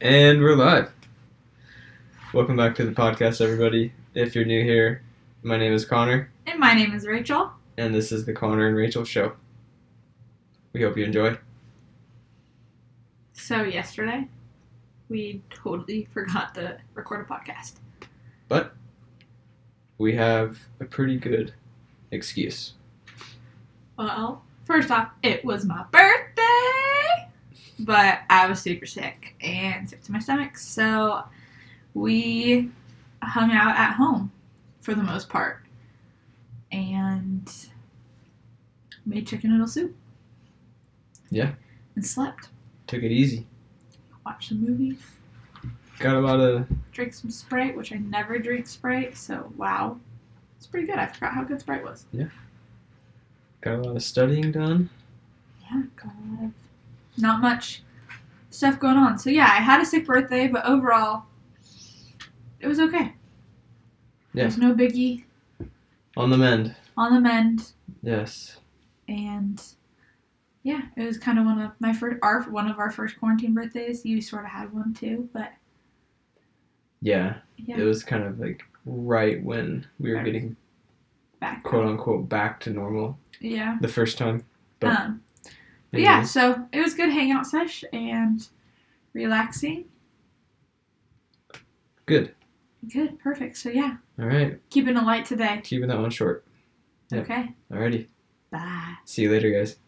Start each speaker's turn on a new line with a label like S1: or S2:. S1: And we're live. Welcome back to the podcast, everybody. If you're new here, my name is Connor,
S2: And my name is Rachel.
S1: and this is the Connor and Rachel Show. We hope you enjoy.
S2: So, yesterday, we totally forgot to record a podcast.
S1: We have a pretty good excuse.
S2: Well, first off, it was my birthday, but I was super sick and sick to my stomach, so we hung out at home for the most part and made chicken noodle soup.
S1: Yeah.
S2: And slept,
S1: Took it easy.
S2: watched some movies,
S1: Got a lot of.
S2: drank some Sprite, which I never drink Sprite, so wow. It's pretty good. I forgot how good Sprite was.
S1: Got a lot of studying done.
S2: Yeah, got a lot of not much stuff going on. So yeah, I had a sick birthday, but overall, it was okay.
S1: Yeah.
S2: There's no biggie
S1: On the mend.
S2: on the mend,
S1: Yes.
S2: and yeah, it was kind of one of my first, our one of our first quarantine birthdays. You sort of had one too, but
S1: Yeah.
S2: yeah,
S1: It was kind of like right when we were
S2: Right.
S1: getting
S2: back.
S1: quote unquote back to normal
S2: Yeah.
S1: the first time. But-
S2: um. But yeah, so it was good hangout sesh and relaxing.
S1: Good.
S2: Good, perfect. So yeah,
S1: All right.
S2: keeping it light today.
S1: Keeping that one short. Yeah.
S2: Okay.
S1: Alrighty.
S2: Bye.
S1: See you later, guys.